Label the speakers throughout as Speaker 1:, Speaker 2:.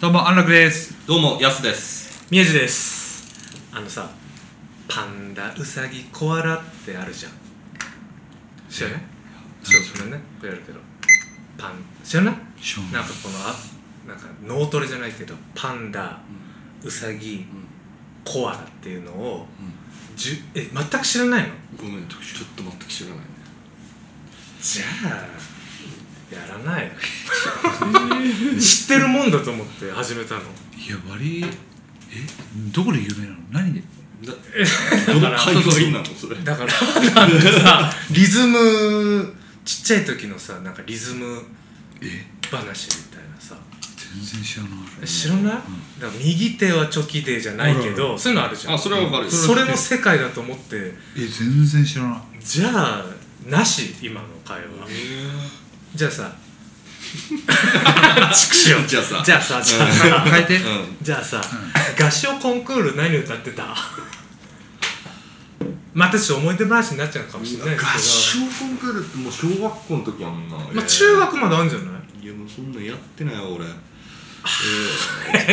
Speaker 1: どうも安楽です
Speaker 2: どうもやすです
Speaker 3: 宮地ですあのさパンダウサギコアラってあるじゃん知らないそう知らないこれやるけどパン知らない
Speaker 1: 知らない
Speaker 3: なんかこのあなんか脳トレじゃないけどパンダウサギコアラっていうのをじゅえ全く知らないの
Speaker 2: ごめんちょっと全く知らないね
Speaker 3: じゃあやらないよ 知ってるもんだと思って始めたの
Speaker 1: いや割えどこで有名なの何で
Speaker 2: ど
Speaker 3: だから
Speaker 2: 会話なのそれ
Speaker 3: だからなんかさリズムちっちゃい時のさなんかリズム
Speaker 1: え
Speaker 3: 話みたいなさ
Speaker 1: 全然知らない
Speaker 3: 知らない、だから右手はチョキでじゃないけど、そういうのあるじゃん
Speaker 2: あそれはわかるよ
Speaker 3: それの世界だと思って
Speaker 1: え全然知らない
Speaker 3: じゃあなし今の会話、じゃあさ チクション
Speaker 2: じゃあさ
Speaker 3: じゃあさじゃあさ、
Speaker 1: 変えて
Speaker 2: う
Speaker 3: じゃあさ、合唱コンクール何歌ってたまたちょっと思い出話になっちゃうかもしれ
Speaker 2: ん
Speaker 3: ないですけど
Speaker 2: 合唱コンクールってもう小学校の時やもんな
Speaker 3: まあ、中学まであるんじゃない
Speaker 2: いやもうそんなんやってないわ 俺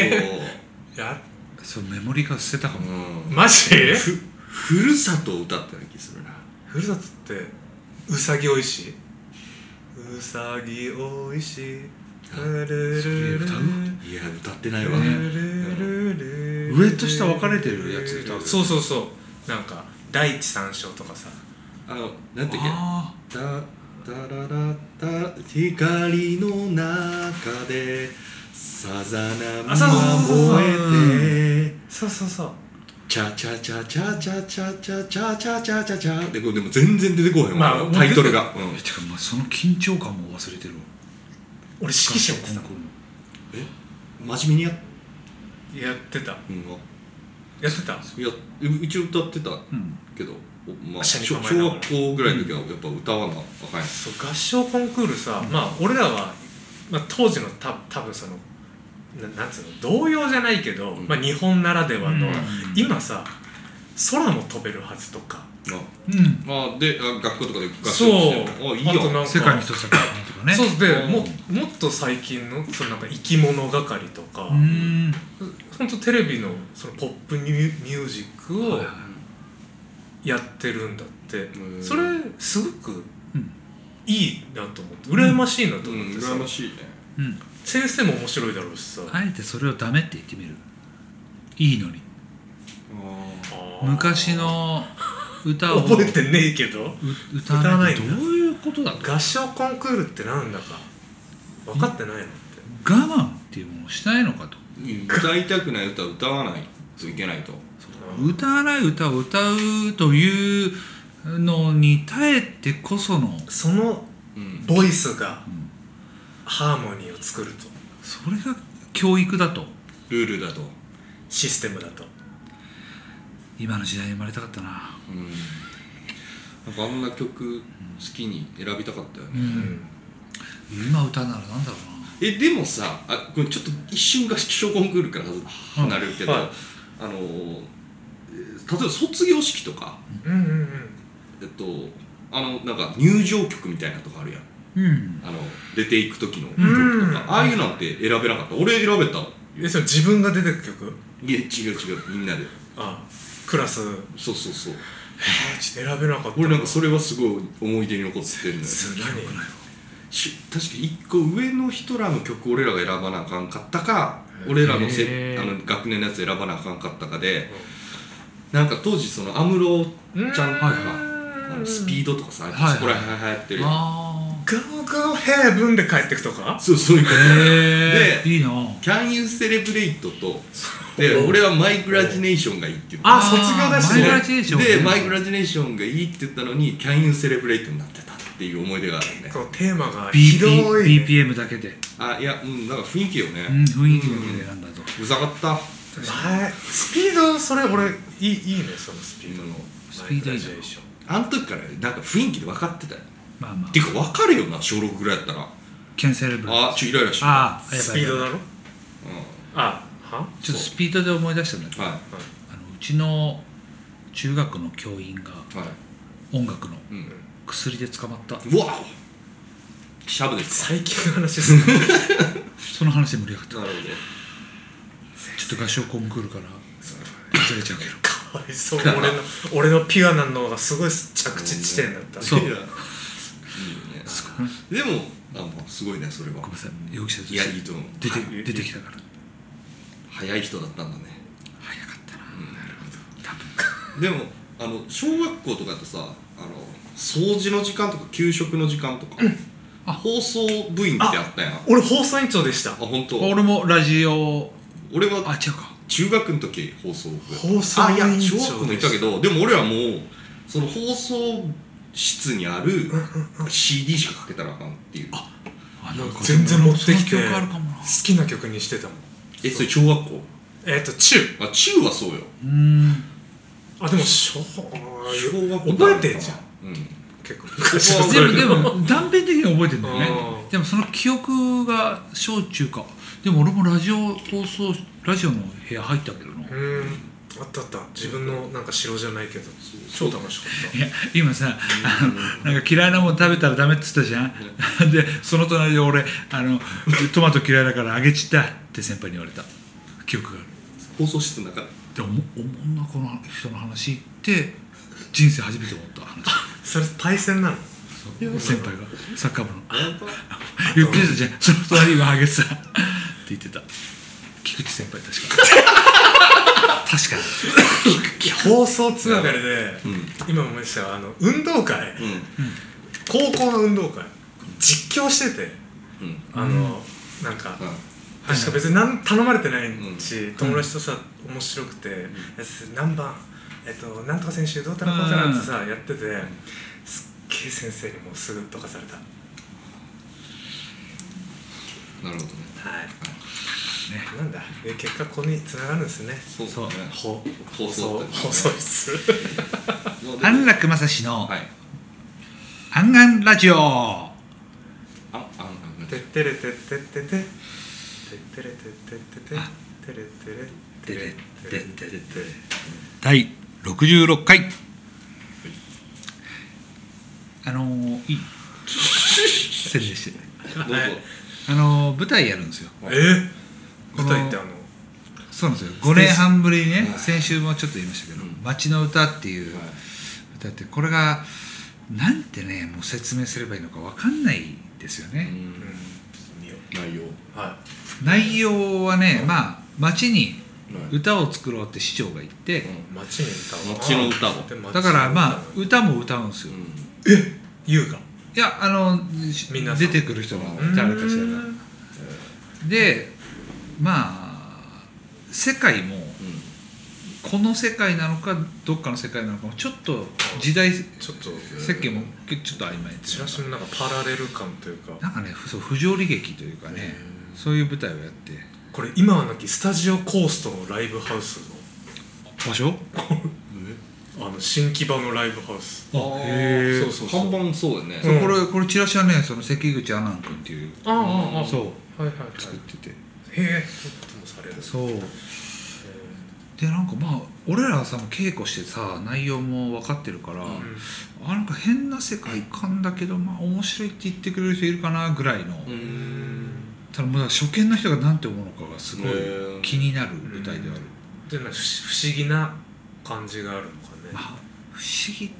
Speaker 2: えー、っ
Speaker 3: や
Speaker 1: そうメモリが捨てたか
Speaker 2: と、
Speaker 1: も
Speaker 2: うん、
Speaker 3: マジ
Speaker 2: ふふるさとを歌ったような気するな
Speaker 3: ふるさとってうさぎおいしいうさぎおいしいふるるるる
Speaker 1: それ歌う
Speaker 2: いや歌ってないわ、
Speaker 3: ふるるるる
Speaker 1: 上と下分かれてるやつ歌う
Speaker 3: そうそうそうなんか第一三章とかさ
Speaker 2: あのなんてっけ
Speaker 1: あ
Speaker 2: だだららだ光の中でさざ波
Speaker 3: あそうそうそうそう
Speaker 2: が燃えて
Speaker 3: そうそうそう
Speaker 2: チャチャチャチャチャチャチャチャチャチャチャチャでこれでも全然出てこへんわ、
Speaker 3: まあ
Speaker 2: タイトルが、
Speaker 1: ーてかまあその緊張感も忘れてるわ
Speaker 3: 俺指揮者やってたの
Speaker 2: うん真面目にやっ、
Speaker 3: やってた
Speaker 2: うん、
Speaker 3: やってた
Speaker 2: いやううち歌ってた
Speaker 1: うん
Speaker 2: けど、おまあ、
Speaker 3: あ下に
Speaker 2: 小
Speaker 3: 構え
Speaker 2: 小
Speaker 3: ながら
Speaker 2: 学校ぐらいの時はやっぱ歌わなあかんやん
Speaker 3: そう合唱コンクールさ、まあ俺らは、まあ、当時のた多分そのななんつうの童謡じゃないけど、
Speaker 2: うん
Speaker 3: まあ、日本ならではの、
Speaker 1: うん
Speaker 3: 今さ空も飛べるはずとか
Speaker 1: うん
Speaker 2: ああであ学校とかで合唱
Speaker 3: そう
Speaker 2: してんのあいいや
Speaker 3: あとなん
Speaker 2: ん
Speaker 3: か
Speaker 1: 世界に一つだけとかね
Speaker 3: そうでも
Speaker 2: う
Speaker 3: もっと最近のそのなんか生き物係とか
Speaker 1: うーん
Speaker 3: 本当テレビのそのポップミュミュージックを
Speaker 1: はいは
Speaker 3: やってるんだって、
Speaker 2: ん
Speaker 3: それすごく
Speaker 1: うん
Speaker 3: いいなと思って羨ましいなと
Speaker 2: う
Speaker 3: 思
Speaker 2: ん
Speaker 3: ってさ、
Speaker 2: 羨ましいね
Speaker 1: うん
Speaker 3: 先生も面白いだろうしさ、
Speaker 1: あえてそれをダメって言ってみるいいのに
Speaker 2: あ
Speaker 3: あー
Speaker 1: 昔の歌を
Speaker 3: 覚えてねえけど
Speaker 1: う歌わな
Speaker 3: 歌わな
Speaker 1: い
Speaker 3: いんだ
Speaker 1: どういうことだと
Speaker 3: 合唱コンクールってなんだか分かってないのって
Speaker 1: 我慢っていうものをしないのかと
Speaker 2: 歌いたくない歌は歌わないといけないと
Speaker 1: 歌わない歌を歌うというのに耐えてこその
Speaker 3: その
Speaker 2: うん
Speaker 3: ボイスが
Speaker 1: ん
Speaker 3: ハーモニーを作ると
Speaker 1: それが教育だと
Speaker 2: ルールだと
Speaker 3: システムだと
Speaker 1: 今の時代に生まれたかったな
Speaker 2: うんなんかあんな曲好きに選びたかったよ
Speaker 1: う
Speaker 2: ね
Speaker 1: ん今歌うならなんだろ
Speaker 2: えでもさあこれちょっと一瞬合唱コンクールから離れるけど、
Speaker 3: はい
Speaker 2: あのーえー例えば卒業式とか
Speaker 3: うんうんうん
Speaker 2: えっとあのなんか入場曲みたいなとかあるやん
Speaker 1: うなうん
Speaker 2: あの出ていく時の曲と
Speaker 3: う
Speaker 2: か、
Speaker 3: ん
Speaker 2: ああいうのって選べなかった俺選べたい
Speaker 3: えその自分が出てく曲
Speaker 2: や違う違うみんなで
Speaker 3: あクラス
Speaker 2: そうそうそう
Speaker 3: 選べなかった
Speaker 2: 俺なんかそれはすごい思い出に残ってるのよ
Speaker 3: すごい
Speaker 2: し確か一個上の人らの曲俺らが選ばなあかんかったか俺らのせ
Speaker 1: へー
Speaker 2: あの学年のやつ選ばなあかんかったかでなんか当時その安室ちゃんとかあのスピードとかさ、
Speaker 1: いはい
Speaker 2: そこら辺流行ってるやん
Speaker 1: あ
Speaker 3: ド Go Go Heaven で帰ってくとか
Speaker 2: そうそういうこと
Speaker 1: あへえ
Speaker 2: で
Speaker 1: いいな
Speaker 2: Can You Celebrate とで
Speaker 3: おう
Speaker 2: 俺はマイグラジネーションがいいって言った
Speaker 3: あ卒業だし
Speaker 1: マイグラジネーション
Speaker 2: でマイグラジネーションがいいって言ったのに Can You Celebrate になってたっていう思い出があるね
Speaker 3: こうテーマが
Speaker 1: B
Speaker 3: 広いね
Speaker 1: BPM だけで
Speaker 2: あいやうんなんか雰囲気よね、
Speaker 1: うん雰囲気だけで選んだぞ
Speaker 2: うざかった
Speaker 3: 前スピードそれ俺いいいいねそのスピードの
Speaker 1: スピード
Speaker 3: マイクラ
Speaker 1: 以上
Speaker 3: ジエーション
Speaker 2: あの時からなんか雰囲気で分かってたよ
Speaker 1: まあまあ
Speaker 2: ていうか分かるよな小6ぐらいやったら
Speaker 1: ケンセレブル
Speaker 2: あちょイライラしてる
Speaker 1: ああやばいやばい
Speaker 3: スピードだろ
Speaker 2: う
Speaker 3: あは
Speaker 1: ちょっとスピードで思い出したんだけ
Speaker 2: ん
Speaker 1: ど、
Speaker 2: は
Speaker 1: あのうちの中学の教員が
Speaker 2: いはい
Speaker 1: 音楽の
Speaker 2: うん
Speaker 1: 薬で捕まった
Speaker 2: うわシャブですか
Speaker 3: 最近の話ですね
Speaker 1: その話で盛り上がった
Speaker 2: なるほど
Speaker 1: ちょっと合唱コンクールからずれちゃうけど
Speaker 3: かわいそう俺の 俺のピュアなのがすごい着地地点だった
Speaker 1: そう
Speaker 2: いやいいよねでもあもうすごいねそれは
Speaker 1: ごめんなさい容疑者と
Speaker 2: い
Speaker 1: し
Speaker 2: や
Speaker 1: て
Speaker 2: いいと思う
Speaker 1: 出て
Speaker 2: は
Speaker 1: 出てきたから
Speaker 2: 早い人だったんだね
Speaker 1: 早かった
Speaker 2: で
Speaker 1: な
Speaker 2: もあの小学校とかだとさあの掃除の時間とか給食の時間とか、
Speaker 1: あ
Speaker 2: 放送部員ってあったやんあ
Speaker 3: 俺放送委員長でした
Speaker 2: 本当。
Speaker 1: 俺もラジオ
Speaker 2: 俺は
Speaker 1: あ違うか
Speaker 2: 中学の時放送部
Speaker 3: 放送
Speaker 2: あいや
Speaker 3: 委員長
Speaker 2: 小学校もいたけどでも俺はもうその放送室にある CD しかかけたらあかんっていう
Speaker 1: あ
Speaker 3: もう全然持ってきて
Speaker 1: その
Speaker 3: 好
Speaker 1: 記憶あるかもな
Speaker 3: きな曲にしてたもん
Speaker 2: えそれ小学校
Speaker 3: えっ、と中
Speaker 2: あ中はそうよ
Speaker 1: うーん
Speaker 3: あでも小
Speaker 2: 小学校
Speaker 3: 覚えてんじゃん
Speaker 2: ん、うん、
Speaker 3: 結構
Speaker 2: こは
Speaker 1: で
Speaker 2: 覚
Speaker 1: も
Speaker 2: え てる
Speaker 1: でも断片的には覚えてるんだよね
Speaker 3: うん
Speaker 1: でもその記憶が小中かでも俺もラジオ放送ラジオの部屋入ったけどな
Speaker 3: うんあったあった自分のなんか城じゃないけど超楽しかっ
Speaker 1: いや今さあのなんか嫌いなもん食べたらダメっつったじゃんでその隣で俺あのトマト嫌いだから揚げちったって先輩に言われた記憶がある
Speaker 2: 放送室の中で
Speaker 1: でおもおもんなこの人の話って人生初めて思った話
Speaker 3: たそれパイセ ンなの
Speaker 1: そう先輩がサッカー部の
Speaker 2: 本当
Speaker 1: 言ってたじゃんその隣はハゲさんって言ってた菊池先輩確か確かに
Speaker 3: 放送つながりで、
Speaker 2: う
Speaker 3: 今思い出したよあの運動会、
Speaker 2: う
Speaker 3: 高校の運動会実況してて
Speaker 2: んうん
Speaker 3: あの、なんか、
Speaker 2: うん
Speaker 3: 確か別に何頼まれてないし、
Speaker 2: う
Speaker 3: 友達とさ面白くて、やつ何番えっとなんとか選手どうたらこうたらってさ、やっててすっげえ先生にもうすぐとかされた
Speaker 2: なるほどね
Speaker 3: はい
Speaker 1: ね
Speaker 3: なんだで結果ここに繋がるんですね
Speaker 2: そうだね
Speaker 3: ほ
Speaker 2: 放送だったりね
Speaker 3: 放送室
Speaker 1: 安楽正史の
Speaker 2: はい
Speaker 1: 「アンガンラジオ」
Speaker 2: あんあんあん
Speaker 3: てってれてってってててってれてってってて
Speaker 1: あ
Speaker 3: てれてれ
Speaker 1: てれてれ
Speaker 3: てれてれ
Speaker 1: 第66回あのー、いい宣伝して
Speaker 2: どうぞ
Speaker 1: あのー、舞台やるんですよ
Speaker 3: え
Speaker 1: この
Speaker 3: 舞台ってあの
Speaker 1: そうなんですよ5年半ぶりにね
Speaker 2: はい
Speaker 1: 先週もちょっと言いましたけど
Speaker 2: うん
Speaker 1: 「街の歌」っていう
Speaker 2: はい
Speaker 1: 歌ってこれがなんてねもう説明すればいいのかわかんないですよ
Speaker 2: う
Speaker 1: ね、
Speaker 3: うんん見よ
Speaker 2: 内容
Speaker 3: うはい
Speaker 1: 内容はね、まあ街に
Speaker 2: はい
Speaker 1: 歌を作ろうって市長が言って、
Speaker 3: 街に歌を
Speaker 2: 街の歌を
Speaker 3: で街の歌
Speaker 1: だからまあ歌も歌うんですよ、い
Speaker 2: うん
Speaker 3: 優雅
Speaker 1: やあの
Speaker 3: みんな
Speaker 1: 出てくる人が誰かしらがでまあ世界もこの世界なのかどっかの世界なのかもちょっと時代
Speaker 3: ちょっと
Speaker 1: 設計もちょっと曖昧ってい
Speaker 3: チ
Speaker 1: うか
Speaker 3: ラシのなんかパラレル感というか
Speaker 1: なんかねそう不条理劇というかねそういう舞台をやって
Speaker 3: これ今はなきスタジオコーストのライブハウス
Speaker 1: 場所
Speaker 2: うん
Speaker 3: のあの新木場のライブハウス
Speaker 1: あ
Speaker 2: あ
Speaker 1: へえ
Speaker 2: そうそうそう看板そうだね
Speaker 3: うん
Speaker 1: これこれチラシはねその関口阿南君っていう
Speaker 3: ああああ
Speaker 1: そう
Speaker 3: はいはいは
Speaker 1: 作ってて
Speaker 3: いへえそういうこともされる
Speaker 1: そうでなんかまあ俺らはさもう稽古してさ内容も分かってるから、
Speaker 2: うん
Speaker 1: あなんか変な世界観だけどまあ面白いって言ってくれる人いるかなぐらいの、
Speaker 2: う
Speaker 3: うんん
Speaker 1: ただもうだから初見の人が何て思うのかがすごい
Speaker 2: へー
Speaker 1: 気になる舞台ではあ
Speaker 3: で
Speaker 1: る、
Speaker 3: も不思議な感じがあるのかね
Speaker 1: あ不思議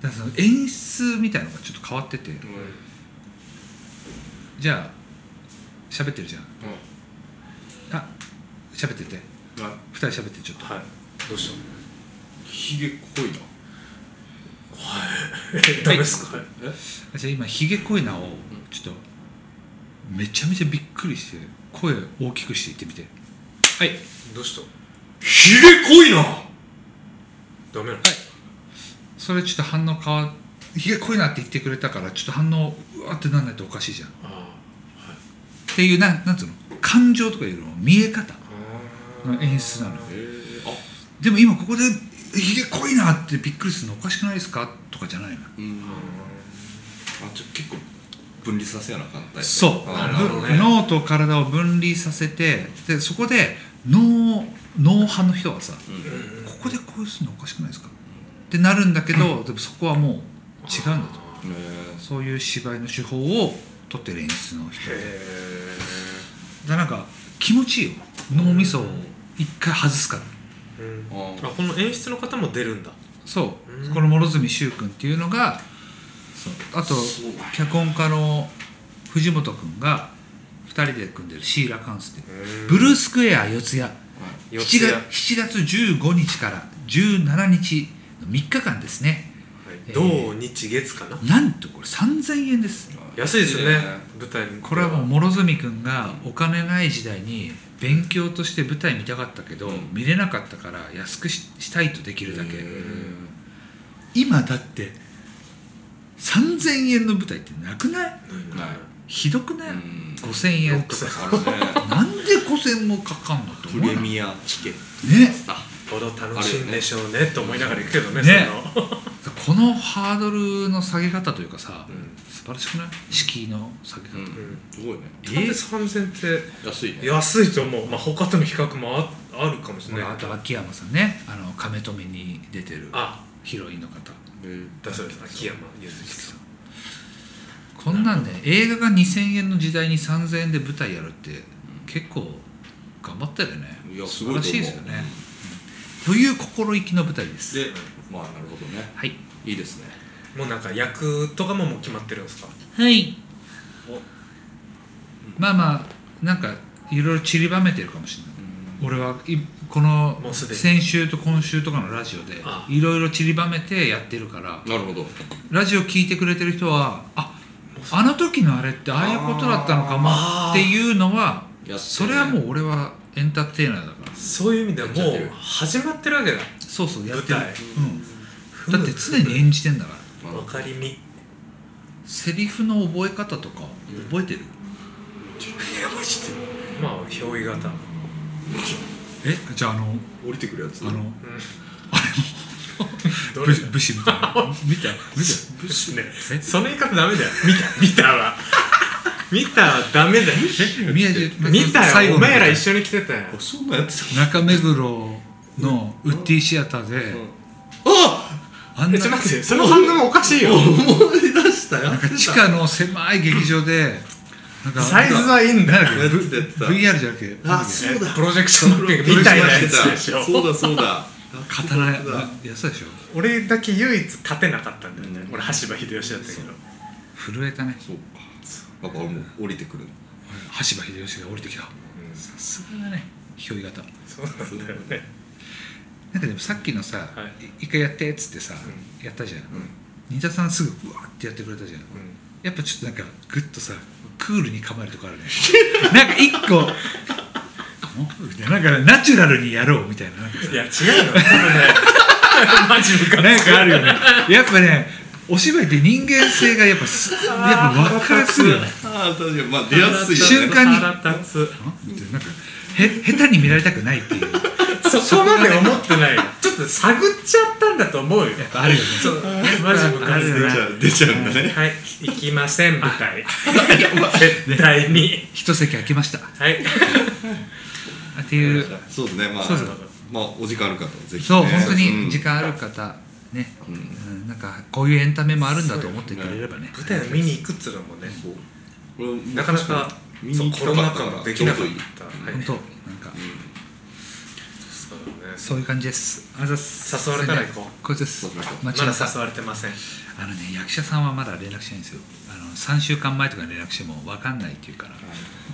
Speaker 1: だからその演出みたいのがちょっと変わっててじゃあ喋ってるじゃんあ喋ってて
Speaker 2: うんあ
Speaker 1: 二人喋ってちょっと
Speaker 3: はいどうし
Speaker 2: ひげ濃いな
Speaker 3: たダメっすか
Speaker 2: え
Speaker 1: あじゃあ今ひげ濃いなをちょっとめちゃめちゃびっくりして声を大きくして言ってみてはいはい
Speaker 3: どうした
Speaker 2: ひげ濃いな
Speaker 3: ダメなの
Speaker 1: それちょっと反応変わひげ濃いなって言ってくれたからちょっと反応うわーってなんないとおかしいじゃんっ
Speaker 3: あ
Speaker 1: ていうなんなんつうの感情とかいうの見え方
Speaker 3: あ
Speaker 1: の演出なの
Speaker 2: へえあ
Speaker 1: でも今ここでひげ濃いなってびっくりするのおかしくないですかとかじゃないの
Speaker 2: うん
Speaker 3: あ
Speaker 2: あじゃあ結構分離させやなあかんタイプ
Speaker 1: そう
Speaker 2: あー
Speaker 3: なるほどね
Speaker 1: 脳と体を分離させてでそこで脳脳派の人はさ
Speaker 2: う
Speaker 3: ーうんん
Speaker 1: ここでこういうするのおかしくないですかってなるんだけど、でもそこはもう違うんだと
Speaker 2: へえ
Speaker 1: そういう芝居の手法を取ってる演出の人
Speaker 3: へえ
Speaker 1: らなんか気持ちいいよ脳みそを一回外すから
Speaker 3: うん
Speaker 2: あ
Speaker 3: あ
Speaker 2: ー
Speaker 3: この演出の方も出るんだ
Speaker 1: そう、
Speaker 3: うん
Speaker 1: この両角柊君っていうのがあと
Speaker 2: そうなんや
Speaker 1: 脚本家の藤本君が2人で組んでるシーラカンスっていうブルースクエア四谷
Speaker 2: はい
Speaker 3: 四
Speaker 1: 7
Speaker 3: 谷
Speaker 1: 月 ,7 月15日から17日の3日間ですね
Speaker 3: はい
Speaker 1: えー
Speaker 3: 同日月かな
Speaker 1: なんとこれ3000円です
Speaker 3: 安いですよね舞台に
Speaker 1: これはもう両角君がお金ない時代に勉強として舞台見たかったけど、
Speaker 2: うん
Speaker 1: 見れなかったから安くししたいとできるだけ、
Speaker 2: うん
Speaker 1: 今だって3000円の舞台ってなくない
Speaker 3: うん
Speaker 2: はい
Speaker 1: ひどくない、
Speaker 2: うん
Speaker 1: 5000円とかさ
Speaker 2: あるね
Speaker 1: なんで5000もかかんのって
Speaker 2: プ
Speaker 1: 思
Speaker 2: レ
Speaker 1: うね
Speaker 2: ミアチケットさ
Speaker 3: ほど楽しいんでしょうねと思いながら行くけどね
Speaker 1: ね
Speaker 3: その
Speaker 1: このハードルの下げ方というかさ、
Speaker 3: うん
Speaker 1: 素晴らしくない敷居の下げ方、
Speaker 2: うんすごいね
Speaker 3: だって3000って
Speaker 2: 安いね
Speaker 3: 安いと思う、まあ、他との比較もああるかもしれ
Speaker 1: ほ
Speaker 3: ない
Speaker 1: らあと秋山さんねあの亀止めに出てる
Speaker 3: あ
Speaker 1: ヒロインの方
Speaker 2: うん
Speaker 3: だそうです秋山ゆずきさん
Speaker 1: こんなんで映画が2000円の時代に3000円で舞台やるって結構頑張ったよね
Speaker 2: いやす
Speaker 1: 素
Speaker 2: ごいと思う
Speaker 1: 晴らしいですよね、という心意気の舞台です
Speaker 2: でまあなるほどね
Speaker 1: はい
Speaker 2: いいですね
Speaker 3: もうなんか役とかももう決まってるんですか
Speaker 1: はい
Speaker 3: お
Speaker 1: まあまあなんかいろいろ散りばめてるかもしれない俺はいこの
Speaker 3: もうすでに
Speaker 1: 先週と今週とかのラジオで
Speaker 3: あ
Speaker 1: いろいろ散りばめてやってるから
Speaker 2: なるほど
Speaker 1: ラジオ聞いてくれてる人はああの時のあれってああいうことだったのかま
Speaker 3: あ
Speaker 1: あ
Speaker 3: ー
Speaker 1: っていうのは
Speaker 2: やってね
Speaker 1: それはもう俺はエンターテイナーだから
Speaker 3: そういう意味では
Speaker 2: やっちゃっ
Speaker 3: も
Speaker 2: てる
Speaker 3: う始まってるわけだ
Speaker 1: そうそうやっ
Speaker 3: 舞
Speaker 1: てる、
Speaker 3: 台
Speaker 1: うん、だって常に演じてんだから
Speaker 2: なる
Speaker 3: 分
Speaker 2: ほど
Speaker 3: かりみ
Speaker 1: セリフの覚え方とか覚えてる、
Speaker 3: まあ憑依型
Speaker 1: えじゃああの
Speaker 2: 降りてくるやつ
Speaker 1: あの
Speaker 3: うん
Speaker 1: 武
Speaker 3: どれ
Speaker 1: 武士みた いな見た見た
Speaker 3: 武士ね
Speaker 1: え
Speaker 3: その言い方ダメだよ見た見たは見たはダメだよ
Speaker 1: 宮地
Speaker 3: 見た
Speaker 1: 最後
Speaker 3: よ
Speaker 1: の
Speaker 3: お前ら一緒に来てたよ
Speaker 2: あそんなんやってた
Speaker 1: 中目黒のウッディシアターで、
Speaker 2: あ
Speaker 1: あん
Speaker 3: え
Speaker 1: な
Speaker 3: ちょっと待ってその反応もおかしいよ
Speaker 2: 思い出したや
Speaker 1: なん
Speaker 2: って
Speaker 1: か
Speaker 2: た
Speaker 1: 地下の狭い劇場でなんか
Speaker 3: サイズはいいんだよ
Speaker 1: なんだ
Speaker 2: や
Speaker 1: っ
Speaker 2: って
Speaker 1: け
Speaker 2: たやってた
Speaker 1: VR じゃなくて
Speaker 2: あそうだ
Speaker 3: プロジェクションマッピングみたいなやつでしょ
Speaker 2: そうだそうだ
Speaker 1: 刀や
Speaker 2: そうだ
Speaker 1: やつでしょ
Speaker 3: 俺だけ唯一立てなかったんだよね、
Speaker 2: うん
Speaker 3: 俺羽柴秀吉だったけど
Speaker 1: 震えたね
Speaker 2: そうかなんか俺も降りてくる
Speaker 1: 羽柴秀吉が降りてきたさすがだね憑依型
Speaker 3: そう,、なんだよね
Speaker 1: なんかでもさっきのさ、
Speaker 3: はい
Speaker 1: い一回やってっつってさ、やったじゃん新田さんすぐうわーってやってくれたじゃんやっぱちょっとなんかグッとさクールに構えるとこあるねなんか一個もうみたいななんかナチュラルにやろうみたいななんかさ
Speaker 3: いや違うのこれね マジムカ
Speaker 1: なんかあるよねやっぱねお芝居って人間性がやっぱすやっぱ分からするよね
Speaker 2: ああ確かにまあ出やすい
Speaker 1: 瞬間に
Speaker 3: 腹立つ
Speaker 1: みたいななんかへ下手に見られたくないっていうや
Speaker 3: そこまで思ってないよちょっと探っちゃったんだと思うよ
Speaker 1: っぱあるよね
Speaker 3: そうマジムカつ
Speaker 1: ある
Speaker 2: 出
Speaker 1: よ
Speaker 2: ち
Speaker 1: ね
Speaker 2: ゃう出ちゃうんだね
Speaker 3: はい行きません舞台絶対に
Speaker 1: 一席空けましたっ
Speaker 3: はい
Speaker 1: ていう
Speaker 2: そうですねまあ
Speaker 1: そうそう
Speaker 2: まあお時間ある方はぜひね
Speaker 1: そう本当
Speaker 2: う
Speaker 1: に
Speaker 2: ん
Speaker 1: 時間ある方ね
Speaker 2: うん
Speaker 1: うんなんかこういうエンタメもあるんだと思ってくれればね
Speaker 3: 舞台を見に行くっつうのもね
Speaker 2: そう俺も
Speaker 3: なかなか
Speaker 2: 見
Speaker 3: そう
Speaker 2: に行き
Speaker 3: コ
Speaker 2: た
Speaker 3: ロ
Speaker 2: か
Speaker 3: ナ
Speaker 2: った
Speaker 3: 禍
Speaker 2: から
Speaker 3: もできなかっ
Speaker 2: ちょうどいい
Speaker 3: たはい
Speaker 1: 本当なんか
Speaker 3: そうだね
Speaker 1: そういう感じですありがとうございます
Speaker 3: 誘われたら行こ
Speaker 1: うこれです
Speaker 2: 誘いましょう
Speaker 1: 間違
Speaker 3: ま
Speaker 1: え
Speaker 3: だ
Speaker 1: た
Speaker 3: 誘われてません
Speaker 1: あのね役者さんはまだ連絡しないんですよあの3週間前とかに連絡しても分かんないっていうから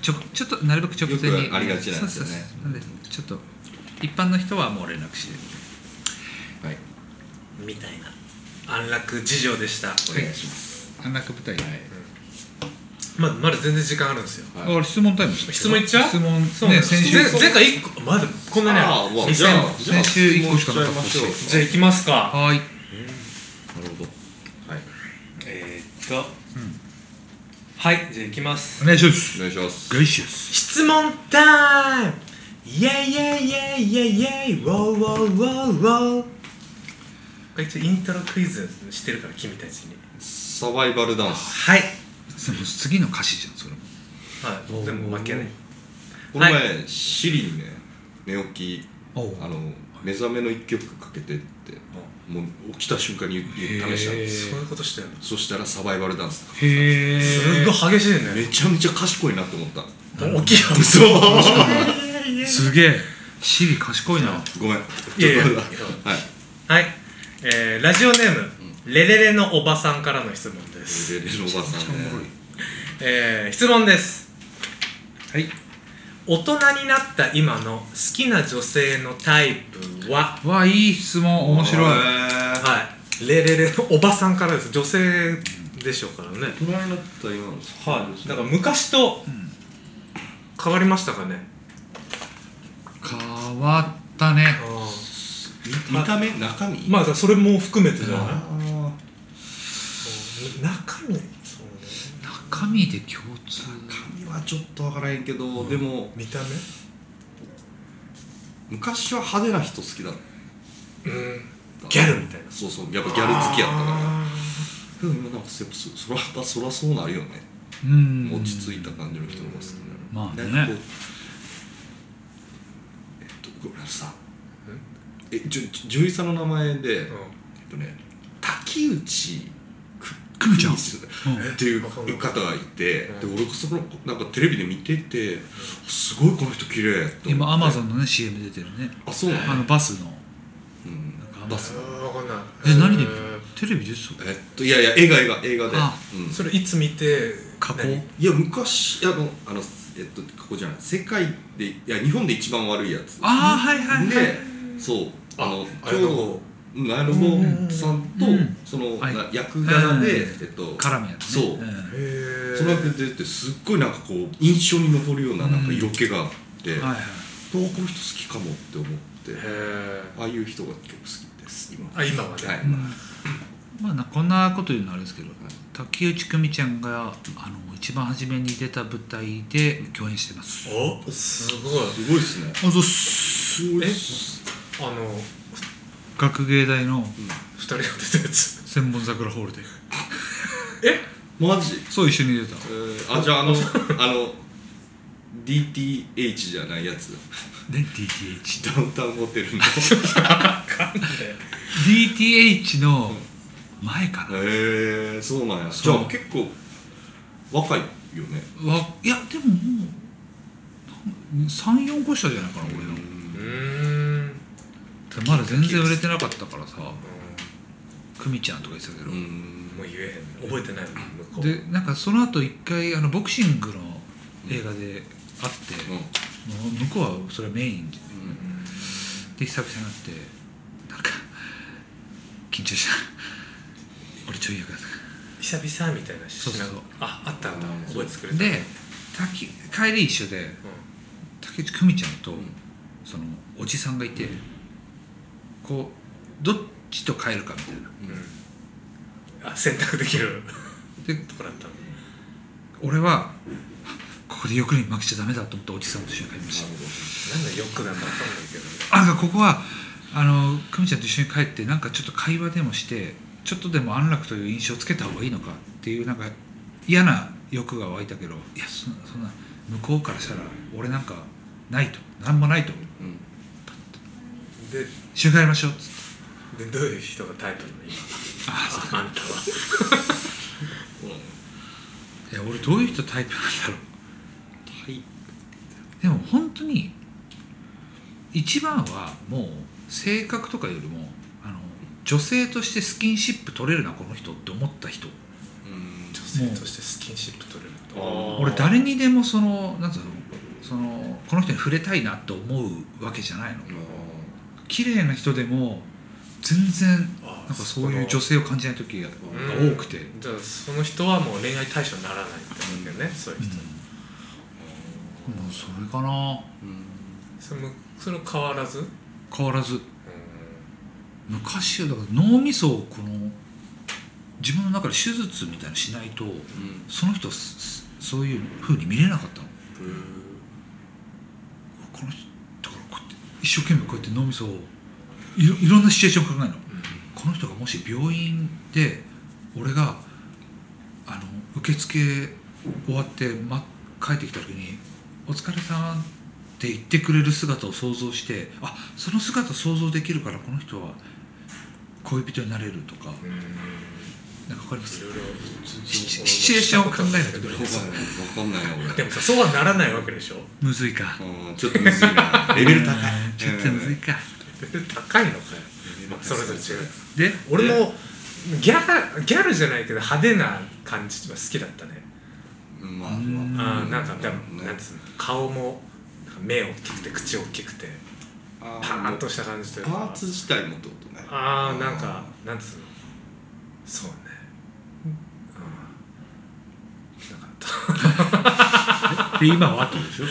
Speaker 1: ちょちょっとなるべく直前
Speaker 2: よ
Speaker 1: に
Speaker 2: くありがちなんですよね
Speaker 1: そうそうそうなんでちょっと一般の人はもう連絡して
Speaker 2: はい
Speaker 3: みたいな安楽事情でした
Speaker 2: お願いします
Speaker 1: 安楽舞台に、
Speaker 3: まだまだ全然時間あるんですよ
Speaker 2: はい
Speaker 1: あ質問タイムした
Speaker 3: 質問いっちゃう
Speaker 1: 質問
Speaker 3: そうなん
Speaker 1: ね
Speaker 3: です
Speaker 1: 先週
Speaker 3: ぜ前回1個まだこんなにあ
Speaker 2: あー
Speaker 3: る
Speaker 2: うわ
Speaker 3: 2000
Speaker 2: じゃあじゃあ
Speaker 1: 先週一個しかなかっ
Speaker 2: 質
Speaker 1: た
Speaker 2: 問
Speaker 1: し
Speaker 2: しち
Speaker 3: じゃ
Speaker 2: ゃいましょう
Speaker 3: あ行きますか
Speaker 1: は
Speaker 2: な
Speaker 1: ーい
Speaker 2: るほどはい
Speaker 3: えー、っと、はいじゃあ行きます
Speaker 1: お願いします
Speaker 2: お願いします
Speaker 1: ガイシュス
Speaker 3: 質問タイムイェイイェイイェイイェイイェイウォーウォーウォーウォーこれ一応イントロクイズしてるから君たちに
Speaker 2: サバイバルダンス
Speaker 3: はい、
Speaker 1: でも次の歌詞じゃんそれも
Speaker 3: はい、でも負けない
Speaker 2: この前、
Speaker 3: は
Speaker 2: シリにね寝起き
Speaker 1: おう
Speaker 2: あの目覚めの一曲かけてってもう起きた瞬間に言う
Speaker 1: へー
Speaker 2: 試したんです
Speaker 3: そういうことしてるの
Speaker 2: そしたらサバイバルダンス
Speaker 1: へえ
Speaker 3: すっごい激しいね
Speaker 2: めちゃめちゃ賢いなって思った
Speaker 3: もう大き いよ
Speaker 2: そう
Speaker 1: すげえシリ賢いな
Speaker 2: ごめん
Speaker 3: いやいや
Speaker 2: ちょっとはい
Speaker 3: はい、えーラジオネーム、レレレのおばさんからの質問です、
Speaker 2: レレレのおばさんね
Speaker 3: えー質問です
Speaker 1: はい
Speaker 3: 大人になった今の好きな女性のタイプは
Speaker 1: わあいい質問面白い
Speaker 2: い
Speaker 3: はいレレレのおばさんからです女性でしょうからね
Speaker 2: 大人になった今の
Speaker 3: はいだから昔と変わりましたかね、
Speaker 1: 変わったね
Speaker 2: 見見た目中身
Speaker 3: まあだからそれも含めてじゃない、
Speaker 1: あ
Speaker 2: あ
Speaker 3: そう中身そうね
Speaker 1: 中身で共通
Speaker 2: 髪はちょっとわからへんけど、でも
Speaker 3: 見た
Speaker 2: 昔は派手な人好きだっ
Speaker 3: 目うん
Speaker 2: た
Speaker 3: ギャルみたいな
Speaker 2: そうそうやっぱギャル好きやったから
Speaker 3: あ
Speaker 2: でも今なんかそそそらやっぱそらそうなるよね、
Speaker 1: うん
Speaker 2: 落ち着いた感じの人の方が好きになる
Speaker 1: まあね
Speaker 2: なんかこうえっとごめんさえじゅじゅ獣医さんの名前
Speaker 3: ー
Speaker 2: で、え
Speaker 3: うん
Speaker 2: っとね竹内
Speaker 1: くみちゃんうん
Speaker 2: っていう方がいて、
Speaker 3: うん
Speaker 2: で俺こそこのなんかテレビで見てて、すごいこの人綺麗って思って
Speaker 1: 今アマゾンのね CM 出てるね
Speaker 2: あそうな
Speaker 1: あ
Speaker 2: の
Speaker 1: のバスの
Speaker 2: うん
Speaker 1: なんか
Speaker 2: バス
Speaker 3: わかんない
Speaker 1: え何で見る
Speaker 3: え
Speaker 1: テレビ出てた
Speaker 2: えっといやいや映画映画映画で
Speaker 1: あ
Speaker 2: うん
Speaker 3: ーそれいつ見て
Speaker 1: 加工
Speaker 3: 何
Speaker 2: いや昔あのあのえっとここじゃない世界でいや日本で一番悪いやつ
Speaker 1: ああはいはいはい
Speaker 2: でそうあの
Speaker 3: あ
Speaker 2: ちょ
Speaker 3: れ
Speaker 2: う
Speaker 3: の
Speaker 2: ど
Speaker 3: 方
Speaker 2: なるほどさんと、
Speaker 1: うん
Speaker 2: その、
Speaker 1: はい
Speaker 2: な役柄で、
Speaker 1: うん
Speaker 2: えっと
Speaker 1: 絡むやつ
Speaker 2: そ
Speaker 1: ね
Speaker 2: う、
Speaker 1: ん
Speaker 3: へえ
Speaker 2: その役で出てすっごいなんかこう印象に残るようななんか色気があって、
Speaker 1: はいはい
Speaker 2: どうこの人好きかもって思って
Speaker 3: へ
Speaker 2: ああいう人が結構好きです今
Speaker 3: あ今はね、
Speaker 2: はい
Speaker 1: うんまあなこんなこと言うのあれですけど竹内久美ちゃんがあの一番初めに出た舞台で共演してます
Speaker 3: おすごい
Speaker 2: すごいですね
Speaker 1: あそうっす
Speaker 2: すご
Speaker 3: え
Speaker 2: っす
Speaker 3: あの
Speaker 1: 学芸大の
Speaker 3: 二人が出たやつ
Speaker 1: 千本桜ホールで
Speaker 3: え
Speaker 2: マジ
Speaker 1: そう一緒に出た
Speaker 2: えーあじゃああのあの DTH じゃないやつ
Speaker 1: で DTH
Speaker 2: ダウンタウンホテルのへ
Speaker 3: え
Speaker 1: DTH の前かな
Speaker 2: えー、そうなんやじ
Speaker 1: そう
Speaker 2: ゃあ結構若いよね
Speaker 1: わいやでももう34個下じゃないかな俺の
Speaker 3: うーん
Speaker 1: まだ全然売れてなかったからさ久美ちゃんとか言ってたけど、
Speaker 2: ん
Speaker 3: もう言えへん覚えてないもん向こう
Speaker 1: でなんかその後一回あのボクシングの映画で会って、
Speaker 2: うん
Speaker 1: もう向こうはそれメインで
Speaker 2: うん
Speaker 1: で久々になってなんか緊張した俺ちょい役だったか
Speaker 3: 久々みたいなし
Speaker 1: そうそうそう
Speaker 3: なんかああったんだ
Speaker 2: うん
Speaker 3: 覚えてくれ
Speaker 1: ら
Speaker 3: た
Speaker 1: で滝帰り一緒で竹内久美ちゃんと、
Speaker 2: ん
Speaker 1: そのおじさんがいて、こうどっちと帰るかみたいな
Speaker 3: うん、うんあ選択できる
Speaker 1: で
Speaker 3: とこだったの
Speaker 1: 俺はここで欲に負けちゃダメだと思っておじさんと一緒に帰りました
Speaker 3: なんだよくなんかわかんないけどね
Speaker 1: あなんかここはあの久美ちゃんと一緒に帰ってなんかちょっと会話でもしてちょっとでも安楽という印象をつけた方がいいのかっていうなんか嫌な欲が湧いたけどいやそんなそんな向こうからしたら俺なんかないと何もないと
Speaker 2: うん
Speaker 3: で
Speaker 1: 一緒に帰りましょうっつって
Speaker 3: でどういう人がタイプなの今
Speaker 1: ああそ
Speaker 3: ああんたは
Speaker 1: ういや俺どういう人タイプなんだろ
Speaker 2: は
Speaker 1: う
Speaker 2: い
Speaker 1: でも本当に一番はもう性格とかよりもあの女性としてスキンシップ取れるなこの人って思った人
Speaker 2: うん
Speaker 3: 女性としてスキンシップ取れる
Speaker 2: あー
Speaker 1: 俺誰にでもそのなんつうのそのこの人に触れたいなと思うわけじゃないの綺麗な人でも全然なんかそういう女性を感じない時が
Speaker 3: うん
Speaker 1: 多くて、うん
Speaker 3: じゃあその人はもう恋愛対象にならないってわけね、そういう人、
Speaker 1: もうそれかな
Speaker 2: うん
Speaker 3: それもそれは変わらず、うん、
Speaker 1: 変わらず昔はだから脳みそをこの自分の中で手術みたいなのしないと
Speaker 2: うん
Speaker 1: その人をすすそういう風に見れなかったのこの人だからこうやって一生懸命こうやって脳みそをいろいろんなシチュエーション考えるの。この人がもし病院で俺があの受付終わって、ま、帰ってきた時に「お疲れさん」って言ってくれる姿を想像してあその姿想像できるからこの人は恋人になれるとか
Speaker 3: うん
Speaker 1: なんかわかります
Speaker 3: いろいろ
Speaker 1: シシチュエーションを考えなきゃいけない
Speaker 2: 分かんないな
Speaker 3: でもさそうはならないわけでしょ
Speaker 1: むずいか
Speaker 2: 俺うんちょっとむずいなレベル高い
Speaker 1: うんちょっとむずいか
Speaker 3: 高いのかよ、まあ、それぞれ違う
Speaker 1: で
Speaker 3: 俺もギャルギャルじゃないけど派手な感じは好きだったね、
Speaker 2: うんまあ
Speaker 1: うん
Speaker 2: まあ
Speaker 3: あーなんかでも、
Speaker 2: うん
Speaker 3: なんつうの顔もなんか目大きくて口大きくて
Speaker 2: あ
Speaker 3: パーンとした感じという
Speaker 2: パ
Speaker 3: か
Speaker 2: ーツ自体もってことね
Speaker 3: ああなんかなんつうのそうねうんなんか
Speaker 1: で今はってことでしょ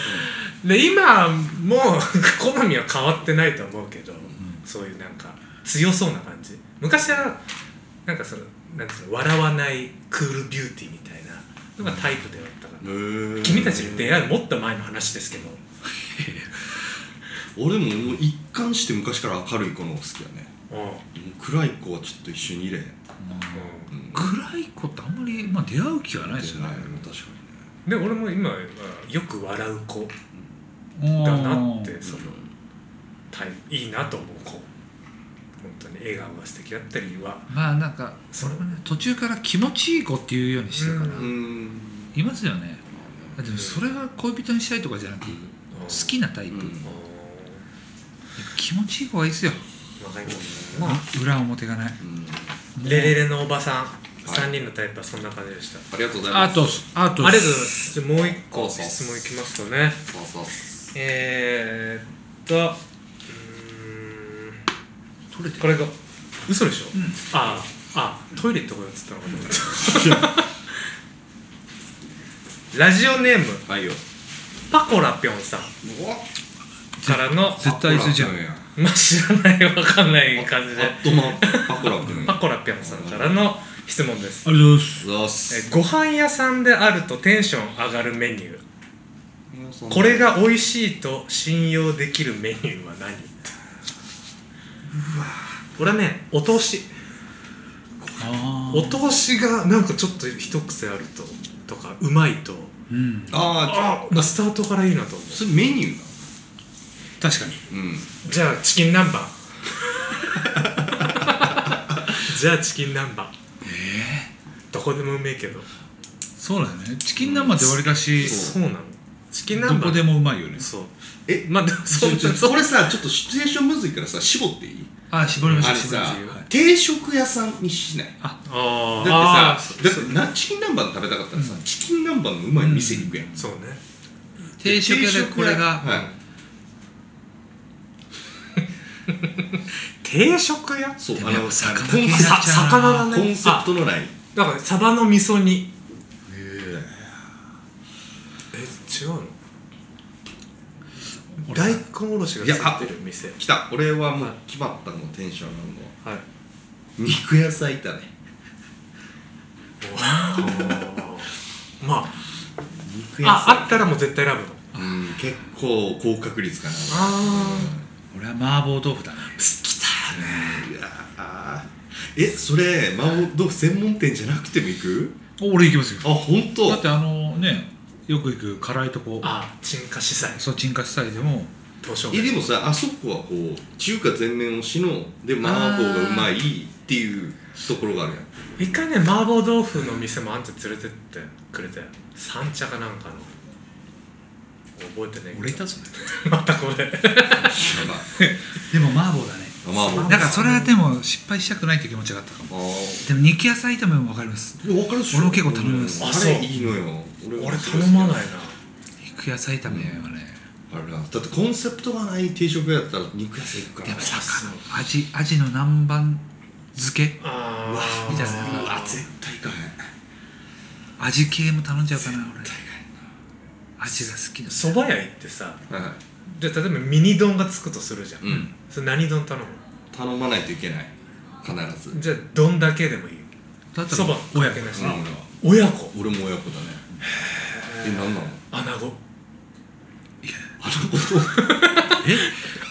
Speaker 3: で今も う好みは変わってないと思うけど、そういうなんか強そうな感じ昔はなんかそのなんつうの笑わないクールビューティーみたいなのがタイプではあったから、
Speaker 2: へー
Speaker 3: 君たちに出会うもっと前の話ですけど
Speaker 2: 俺ももう一貫して昔から明るい子の方が好きだね
Speaker 3: うん、うん
Speaker 2: もう暗い子はちょっと一緒にいれへんうん
Speaker 1: 暗い子ってあんまり、まあ、出会う気はないですよね
Speaker 2: ない確か
Speaker 3: で俺も今はよく笑う子
Speaker 1: うん
Speaker 3: だなってそ
Speaker 2: に
Speaker 3: の
Speaker 2: ね
Speaker 3: タイプいいなと思う子本当に笑顔が素敵だったりは
Speaker 1: まあなんか俺もね途中から気持ちいい子っていうようにしてたから、
Speaker 3: う
Speaker 2: うん
Speaker 1: いますよねでもそれが恋人にしたいとかじゃなくて好きなタイプ、
Speaker 2: うん
Speaker 1: やっぱ気持ちいい子がいいですよ、
Speaker 3: わかります
Speaker 1: まあ、裏表がない
Speaker 2: うん
Speaker 3: レレレのおばさん、三人のタイプはそんな感じでした
Speaker 2: ありがとうござい
Speaker 1: ア
Speaker 2: ま
Speaker 1: ー
Speaker 2: す
Speaker 1: トアー
Speaker 3: あり
Speaker 1: ト
Speaker 3: がとうございますじゃあもう一
Speaker 2: そ
Speaker 3: 個
Speaker 2: うそう
Speaker 3: 質問いきますとね
Speaker 2: そうそうそ
Speaker 3: えー、っとうーん
Speaker 1: 取れて
Speaker 3: これが嘘でしょ、
Speaker 1: ん
Speaker 3: あああトイレってことだっつったのかと思った ラジオネーム
Speaker 2: うはいよ
Speaker 3: パコラピョンさんから の
Speaker 1: 絶対一緒じゃん
Speaker 2: パコラ君や
Speaker 3: まあ知らないわかんない感じで
Speaker 2: あっとまパコラ君
Speaker 3: パ コラピョンさんからの質問です
Speaker 1: ありがとうございます
Speaker 2: うわっ
Speaker 3: え
Speaker 2: す
Speaker 3: ご飯屋さんであるとテンション上がるメニューこれが美味しいと信用できるメニューは何これはねお通し
Speaker 1: あ
Speaker 3: お通しがなんかちょっと一癖あるととかうまいと
Speaker 1: ーうん
Speaker 2: あ
Speaker 3: ああスタートからいいなと思
Speaker 2: ーそれメニュー
Speaker 1: 確かに
Speaker 2: なのうん
Speaker 3: うじゃあチキン南 蛮じゃあチキン南蛮どこでもうめえけど
Speaker 1: そうだよねチキン南蛮って割かし、
Speaker 2: そ
Speaker 3: そうなのチキン
Speaker 1: ど
Speaker 3: 南蛮
Speaker 1: こでもうまいよね
Speaker 3: そう
Speaker 2: え
Speaker 3: まあでも
Speaker 2: ち
Speaker 3: そ
Speaker 2: ょ
Speaker 3: う
Speaker 2: ちょ
Speaker 3: そう
Speaker 2: これさちょっとシチュエーションむずいからさ絞っていい
Speaker 1: あ絞りまし
Speaker 2: あ
Speaker 1: ょ
Speaker 2: れ
Speaker 1: う絞りま
Speaker 2: さ
Speaker 1: しょうはい
Speaker 2: 定食屋さんにしないだ
Speaker 3: あーあ
Speaker 2: っ
Speaker 3: ー
Speaker 2: てさだってなチキン南蛮食べたかったらさチキン南蛮のうまい店に行くやん
Speaker 3: そうね
Speaker 1: 定食屋でこれが
Speaker 2: はい
Speaker 3: 定食屋
Speaker 2: そう
Speaker 1: でも
Speaker 2: あ
Speaker 1: やっ
Speaker 2: の
Speaker 1: ぱ
Speaker 2: さコン
Speaker 1: 魚
Speaker 2: セ
Speaker 1: 気になっちゃうな
Speaker 3: 魚だね
Speaker 2: コンセプトのない
Speaker 3: だからサバの味噌煮え
Speaker 2: え
Speaker 3: 違うの
Speaker 1: 俺
Speaker 3: 大根おろしが作ってる店
Speaker 2: ー来た俺はもう決まったのテンション上がるのは
Speaker 3: はい
Speaker 2: 肉野菜炒め
Speaker 3: ま
Speaker 2: 肉野菜
Speaker 3: あああったらもう絶対選ぶの
Speaker 2: うん結構高確率かな
Speaker 3: あ
Speaker 1: 俺は麻婆豆腐だな
Speaker 3: 好きだよね
Speaker 2: いやーえそれ麻婆豆腐専門店じゃなくても行く
Speaker 1: 俺行きますよ
Speaker 2: あ本当
Speaker 1: だってあのねよく行く辛いとこ
Speaker 3: あ沈下司祭
Speaker 1: そう沈下したりでも
Speaker 3: 東証
Speaker 2: えでもさあそこはこう中華全面推しので麻婆がうまいっていうところがあるやん
Speaker 3: 一回ね麻婆豆腐の店もあんた連れてってくれて三茶かなんかの覚えてねえ
Speaker 1: 俺
Speaker 3: け
Speaker 1: い
Speaker 3: ど
Speaker 1: たぞ
Speaker 3: またこれ
Speaker 1: でも麻婆だね
Speaker 2: 麻婆
Speaker 1: だからそれはでも失敗したくないって気持ちがあったかも
Speaker 2: あー
Speaker 1: でも肉野菜炒めも分かります
Speaker 2: いや分かるっしょ
Speaker 1: 俺も結構頼みます
Speaker 2: あ
Speaker 3: あ
Speaker 2: れ
Speaker 3: そう
Speaker 2: いいのよ俺
Speaker 3: 俺頼まないな
Speaker 1: 肉野菜炒めはね、
Speaker 2: あれなだってコンセプトがない定食屋だったら肉屋さん行くから
Speaker 1: やっぱ魚
Speaker 3: そう
Speaker 1: アジアジの南蛮漬け
Speaker 3: あ
Speaker 1: みたいな
Speaker 3: う
Speaker 1: う
Speaker 3: わ
Speaker 1: わ
Speaker 3: 絶
Speaker 2: 対行かへ
Speaker 1: 味系も頼んじゃうかな俺味が好きな
Speaker 3: そば屋行ってさ
Speaker 2: んはい
Speaker 3: じゃあ例えばミニ丼がつくとするじゃん、
Speaker 2: うん
Speaker 3: それ何丼頼む
Speaker 2: 頼まないといけない必ず
Speaker 3: じゃあ丼だけでもいい
Speaker 1: だった
Speaker 3: そ
Speaker 1: ら
Speaker 3: ば
Speaker 1: 親
Speaker 3: かけ
Speaker 1: 子
Speaker 3: なし
Speaker 2: うん俺は
Speaker 3: 親子
Speaker 2: 俺も親子だねえなんなの
Speaker 3: 穴子
Speaker 2: あのこと
Speaker 1: え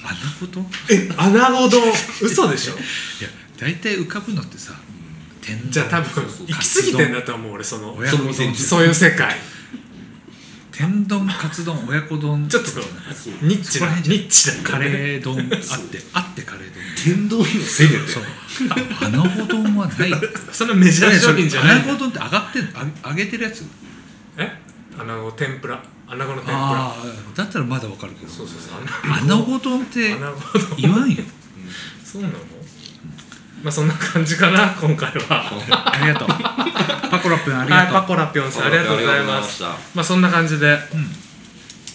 Speaker 1: あのことい
Speaker 3: え穴子 丼嘘でしょ
Speaker 1: や大体浮かぶのってさ天丼
Speaker 3: じゃあ多分
Speaker 1: そうそう
Speaker 3: 行き過ぎてんだと思う俺その
Speaker 1: 親
Speaker 2: そ
Speaker 1: 子
Speaker 2: の店
Speaker 1: 丼
Speaker 2: に
Speaker 3: そういう世界
Speaker 1: 天丼カツ丼親子丼
Speaker 3: ちょっと
Speaker 2: そう
Speaker 3: ニッチな
Speaker 1: そこら
Speaker 3: ニ
Speaker 1: 辺じゃ
Speaker 3: ッチな
Speaker 1: カ
Speaker 3: カレー
Speaker 1: レー丼あってあってカレー丼
Speaker 2: 天丼にもせえよ
Speaker 1: そうあ穴子丼はない
Speaker 3: そんなメジャー商品じゃない
Speaker 1: 穴子丼って上がってんあ揚げてるやつ
Speaker 3: え穴子天ぷら穴子の天ぷら
Speaker 1: ああだったらまだわかるけど
Speaker 3: そうそうそう穴
Speaker 1: 穴子丼って
Speaker 3: 穴子の
Speaker 1: 言わんよ
Speaker 3: そうなのまあそんな感じかな今回は
Speaker 1: ありがとうパコラペンあり
Speaker 3: は
Speaker 1: が
Speaker 3: い
Speaker 1: とう
Speaker 3: パコラピョンさんありがとうございます
Speaker 2: ありがとうございま
Speaker 3: まあそんな感じで
Speaker 1: うん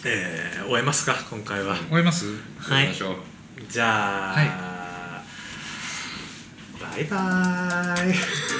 Speaker 3: えー終えますか今回は
Speaker 1: 思います
Speaker 3: はい
Speaker 2: 行きましょう
Speaker 3: じゃあバイバーイ